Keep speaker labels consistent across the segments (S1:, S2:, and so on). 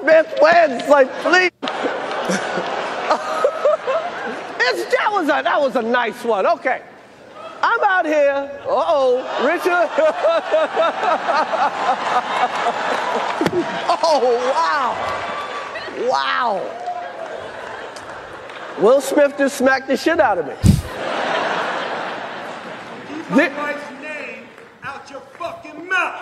S1: Smith wins. Like, please. It's- that, was a, that was a nice one. Okay. I'm out here. Uh oh. Richard. oh, wow. Wow. Will Smith just smacked the shit out of me.
S2: my
S1: Thi-
S2: wife's name out your fucking mouth.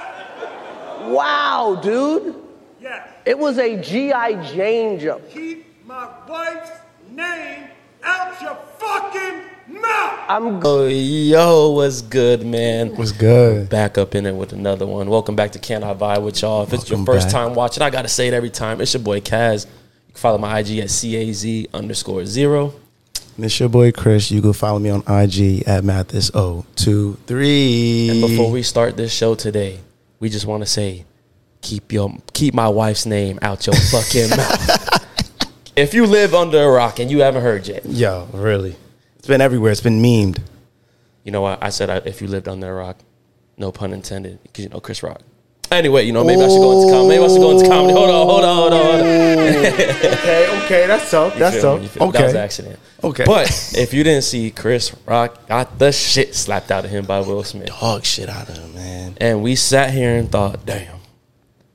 S1: Wow, dude.
S2: Yes.
S1: It was a G.I. Jane jump.
S2: Keep my wife's name out your fucking mouth.
S1: I'm g-
S3: Oh, yo, what's good, man?
S4: was good.
S3: Back up in it with another one. Welcome back to Can I Vibe with y'all. If it's your
S4: Welcome
S3: first
S4: back.
S3: time watching, I gotta say it every time. It's your boy Kaz. You can follow my IG at CAZ underscore zero.
S4: And it's your boy Chris. You can follow me on IG at Mathis023.
S3: And before we start this show today, we just wanna say keep your keep my wife's name out your fucking mouth. If you live under a rock and you haven't heard yet,
S4: Yo, really. It's been everywhere. It's been memed.
S3: you know what? I said I, if you lived under a rock, no pun intended, because you know Chris Rock. Anyway, you know, maybe I should go into comedy. Maybe I should go into comedy. Hold on, hold on, hold on. Hold on.
S4: Okay, okay, that's tough.
S3: You feel me? You feel me? That was an accident.
S4: Okay.
S3: But if you didn't see Chris Rock got the shit slapped out of him by Will Smith.
S4: Hog shit out of him, man.
S3: And we sat here and thought, damn,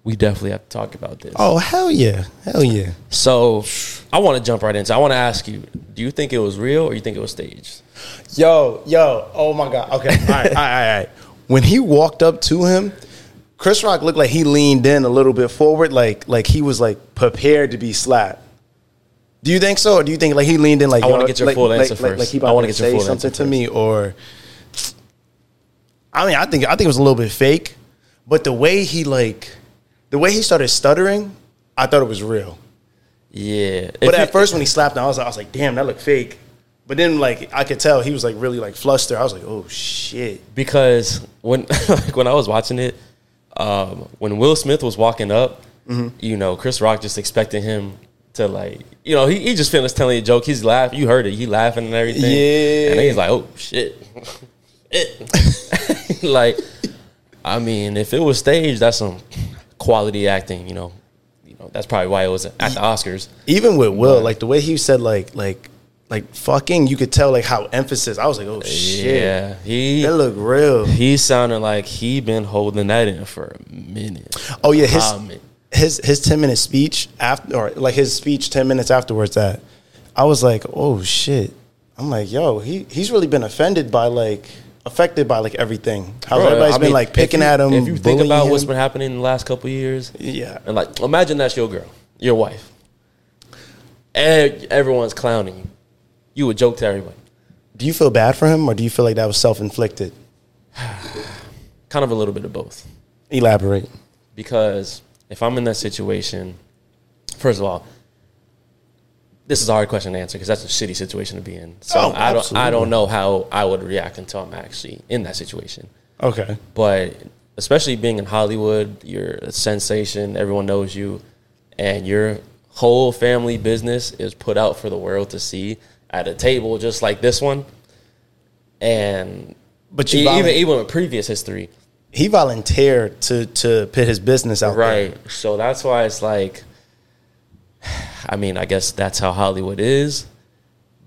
S3: we definitely have to talk about this.
S4: Oh, hell yeah. Hell yeah.
S3: So I want to jump right into I want to ask you, do you think it was real or you think it was staged?
S4: Yo, yo. Oh, my God. Okay. All right, all right, all right. When he walked up to him, Chris Rock looked like he leaned in a little bit forward, like like he was like prepared to be slapped. Do you think so, or do you think like he leaned in like
S3: I wanna
S4: yo,
S3: get your
S4: like-
S3: full
S4: like-
S3: answer
S4: like- like
S3: first. I
S4: he about
S3: wanna
S4: to
S3: get your
S4: say
S3: full
S4: something
S3: answer
S4: to me, or I mean, I think I think it was a little bit fake, but the way he like the way he started stuttering, I thought it was real.
S3: Yeah.
S4: But at first, when he slapped him, I was like, I was like, damn, that looked fake. But then, like, I could tell he was like really like flustered. I was like, oh shit.
S3: because when like, when I was watching it, um, when Will Smith was walking up,
S4: Mm-hmm.
S3: you know, Chris Rock just expecting him to like, you know, he, he just finished telling a joke. He's laughing. You heard it. He laughing and everything.
S4: Yeah.
S3: And then he's like, oh shit, Shit. like, I mean, if it was staged, that's some quality acting. You know, you know, that's probably why it was at the Oscars.
S4: Even with Will, like the way he said like like like fucking, you could tell like how emphasis. I was like, oh shit,
S3: Yeah, he
S4: that looked real.
S3: he sounded like he been holding that in for a minute.
S4: Oh yeah, his
S3: Um,
S4: his his ten minute speech after, or like his speech ten minutes afterwards. That I was like, oh shit. I'm like, yo, he he's really been offended by like affected by like everything. How
S3: Bro,
S4: everybody's
S3: I
S4: been
S3: mean,
S4: like
S3: if
S4: picking
S3: you-
S4: at him.
S3: If you think
S4: bullying
S3: about
S4: him.
S3: what's been happening in the last couple of years,
S4: yeah,
S3: and like imagine that's your girl, your wife, and everyone's clowning you. You would joke to everybody.
S4: do you feel bad for him or do you feel like that was self inflicted?
S3: Kind of a little bit of both,
S4: Elaborate.
S3: because if I'm in that situation, first of all, this is a hard question to answer because that's a shitty situation to be in. So
S4: Oh,
S3: I don't, I
S4: absolutely.
S3: don't know how I would react until I'm actually in that situation.
S4: Okay.
S3: but especially being in Hollywood, you're a sensation. Everyone knows you, and your whole family business is put out for the world to see at a table just like this one. And
S4: But
S3: e-
S4: you
S3: even
S4: even,
S3: even with previous history,
S4: he volunteered to to put his business out there.
S3: right? So that's why it's like, I mean, I guess that's how Hollywood is.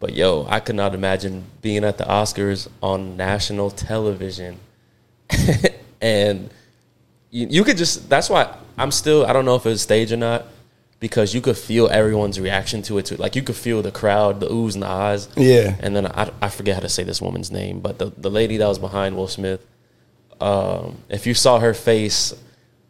S3: But yo, I could not imagine being at the Oscars on national television and you, you could just that's why i'm still i don't know if it's stage or not because you could feel everyone's reaction to it too like you could feel the crowd the oohs and the ahs
S4: Yeah.
S3: and then i, I forget how to say this woman's name but the, the lady that was behind will smith um, if you saw her face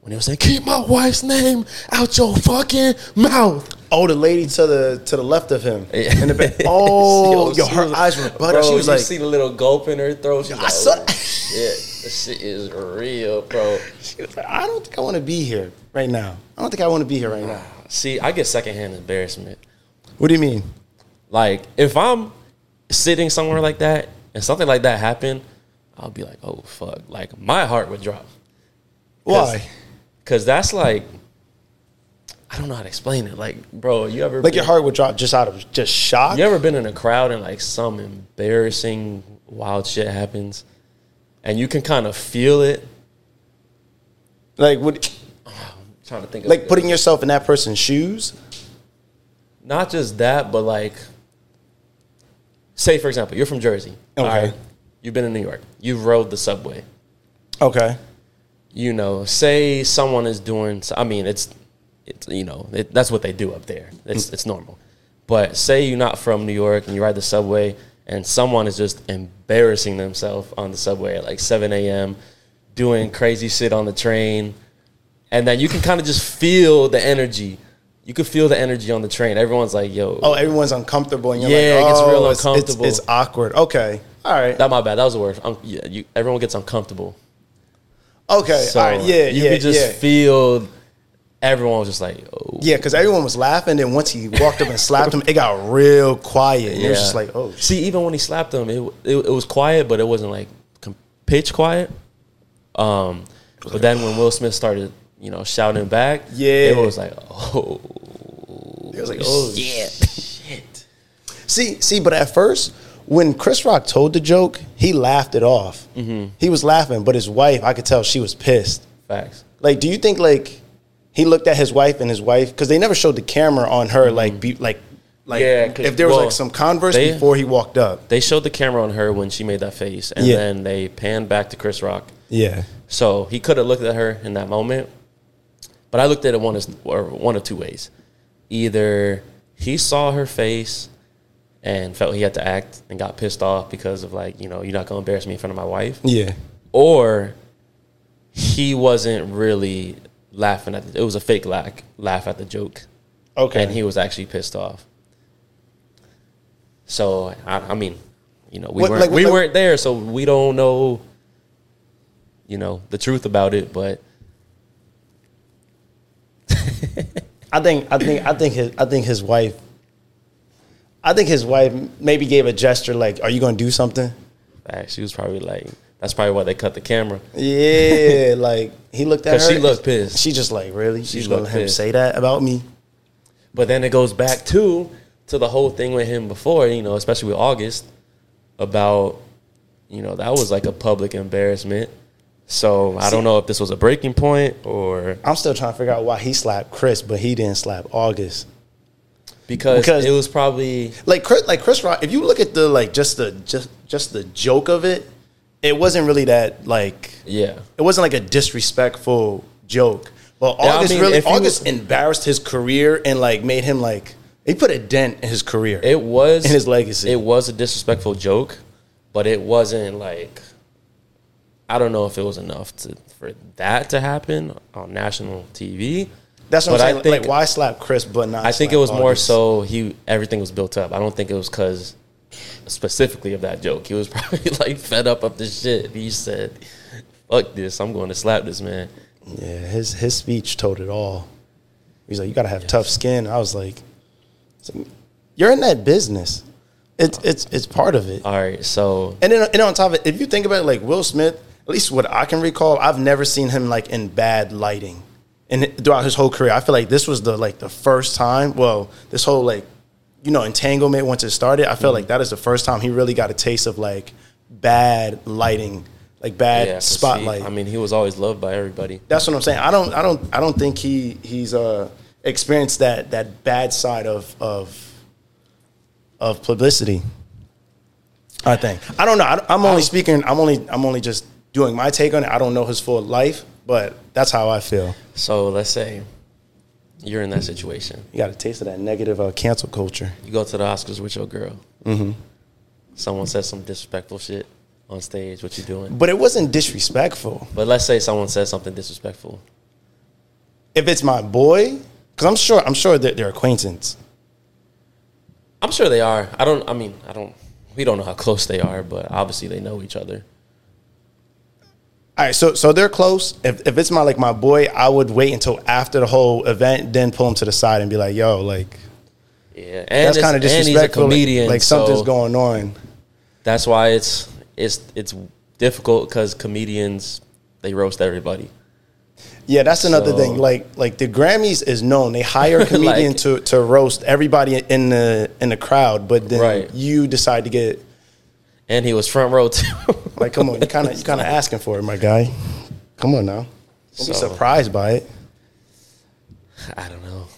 S3: when he was saying keep my wife's name out your fucking mouth
S4: Oh, the lady to the to the left of him.
S3: Yeah.
S4: In the back. Oh, yo,
S3: she
S4: her
S3: was-
S4: eyes were butter.
S3: Bro,
S4: she was
S3: you
S4: like,
S3: see the little gulp in her throat. She was
S4: I
S3: like,
S4: saw-
S3: "Oh, shit, this shit is real, bro.
S4: She was like, I don't think I want to be here right now. I don't think I want to be here right now.
S3: See, I get secondhand embarrassment.
S4: What do you mean?
S3: Like if I'm sitting somewhere like that and something like that happened, I'll be like, oh fuck. Like my heart would drop.
S4: Why?
S3: Cause that's like I don't know how to explain it. Like, bro, you ever
S4: Like
S3: been,
S4: your heart would drop just out of just shock.
S3: you ever been in a crowd and like some embarrassing wild shit happens and you can kind of feel it.
S4: Like what?
S3: trying to think.
S4: Like
S3: of
S4: putting yourself in that person's shoes.
S3: not just that, but like, say for example, you're from Jersey.
S4: Okay.
S3: You've been in New York. You've rode the subway.
S4: Okay.
S3: you know, say someone is doing, I mean, it's, it's you know, it, that's what they do up there. It's, it's normal. But say you're not from New York and you ride the subway and someone is just embarrassing themselves on the subway at like 7 a.m., doing crazy shit on the train. And then you can kind of just feel the energy. You can feel the energy on the train. Everyone's like, yo,
S4: Oh, everyone's uncomfortable. And you're
S3: Yeah,
S4: like,
S3: it gets
S4: oh,
S3: real
S4: it's- it's-
S3: uncomfortable.
S4: It's, awkward. Okay. All right.
S3: that my bad. That was the word. Um, yeah, you, everyone gets uncomfortable.
S4: Okay.
S3: So
S4: all right. Yeah.
S3: you
S4: yeah.
S3: could just
S4: yeah.
S3: feel everyone was just like, oh,
S4: yeah, because everyone was laughing, and once he walked up and slapped him, it got real quiet. And It was
S3: Yeah.
S4: just like, oh, shit.
S3: See, even when he slapped him, it it, it was quiet, but it wasn't like com- pitch quiet. Um, but then when Will Smith started, you know, shouting back,
S4: Yeah.
S3: it was like, oh,
S4: It was like, oh shit. See, see, but at first, when Chris Rock told the joke, he laughed it off.
S3: Mm-hmm.
S4: He was laughing, but his wife, I could tell she was pissed.
S3: facts.
S4: Like, do you think like he looked at his wife and his wife because they never showed the camera on her? Like, be, like, like
S3: Yeah, 'cause-
S4: if there was
S3: well,
S4: like some converse
S3: they-
S4: before he walked up.
S3: They showed the camera on her when she made that face, and
S4: Yeah.
S3: then they panned back to Chris Rock.
S4: Yeah,
S3: So he could have looked at her in that moment, but I looked at it one of or one of two ways: either he saw her face and felt he had to act and got pissed off because of like you know you're not gonna embarrass me in front of my wife,
S4: yeah,
S3: or he wasn't really laughing at the, it was a fake laugh, laugh at the joke
S4: okay.
S3: and he was actually pissed off so i, I mean you know we,
S4: What-
S3: weren't,
S4: like-
S3: we
S4: like-
S3: weren't there so we don't know you know the truth about it but
S4: I think I think I think his I think his wife. I think his wife maybe gave a gesture like, "Are you going to do something?"
S3: like, she was probably like that's probably why they cut the camera
S4: Yeah, like he looked at
S3: 'Cause
S4: her.
S3: she looked pissed.
S4: She just like, really?
S3: She
S4: She's gonna
S3: looked
S4: let him
S3: pissed.
S4: say that about me?
S3: But then it goes back to to the whole thing with him before, you know, especially with August about you know, that was like a public embarrassment. So I don't know if this was a breaking point or
S4: I'm still trying to figure out why he slapped Chris, but he didn't slap August.
S3: because,
S4: Because-
S3: it was probably
S4: Like Chris, like Chris Rock. If you look at the like just the just just the joke of it, it wasn't really that like
S3: yeah.
S4: it wasn't like a disrespectful joke. But
S3: Yeah, I
S4: August
S3: mean,
S4: really
S3: if you-
S4: August embarrassed his career and like made him like he put a dent in his career.
S3: It was
S4: In his legacy.
S3: It was a disrespectful joke, but it wasn't like I don't know if it was enough to for that to happen on national TV.
S4: That's what
S3: but I
S4: I'm saying.
S3: think-
S4: like why slap Chris but not?
S3: I think
S4: slap
S3: it was more
S4: August?
S3: so he everything was built up. I don't think it was because specifically of that joke. He was probably like fed up of this shit. He said, "Fuck this! I'm going to slap this man."
S4: Yeah, his his speech told it all. He's like, you gotta have tough skin. I was like, it's like, you're in that business. It's it's it's part of it.
S3: All right, so
S4: And then and on top of it, if you think about it, like Will Smith, at least what I can recall, I've never seen him like in bad lighting, and throughout his whole career, I feel like this was the like the first time. Well, this whole like, you know, entanglement once it started, I felt
S3: Mm-hmm.
S4: like that is the first time he really got a taste of like bad lighting, like bad
S3: yeah, 'cause he-
S4: spotlight.
S3: I mean, he was always loved by everybody.
S4: That's what I'm saying. I don't I don't I don't think he he's uh experienced that that bad side of of of publicity. I think. I don't know. I, am only speaking I'm only I'm only just doing my take on it. I don't know his full life, but that's how I feel.
S3: So let's say you're in that situation.
S4: You got a taste of that negative uh, cancel culture.
S3: You go to the Oscars with your girl.
S4: Mm-hmm.
S3: Someone says some disrespectful shit on stage. What you doing?
S4: But it wasn't disrespectful.
S3: But let's say someone says something disrespectful.
S4: If it's my boy, cuz I'm sure I'm sure that they're acquaintance.
S3: I'm sure they are. I don't. I mean, I don't. We don't know how close they are, but obviously they know each other.
S4: All right, so so they're close. If if it's my like my boy, I would wait until after the whole event, then pull him to the side and be like, "Yo, like
S3: Yeah, and
S4: that's
S3: it's-
S4: kind of disrespectful.
S3: And he's a
S4: like-
S3: comedian,
S4: like, something's
S3: so
S4: going on."
S3: That's why it's it's it's difficult because comedians they roast everybody.
S4: Yeah, that's another
S3: So-
S4: thing. Like like the Grammys is known; they hire comedians to to roast everybody in the in the crowd, but then
S3: Right.
S4: you decide to get
S3: And he was front row too.
S4: like, "Come on, you kind of you kind of asking for it, my guy. Come on now, don't be
S3: So-
S4: surprised by it."
S3: I don't know.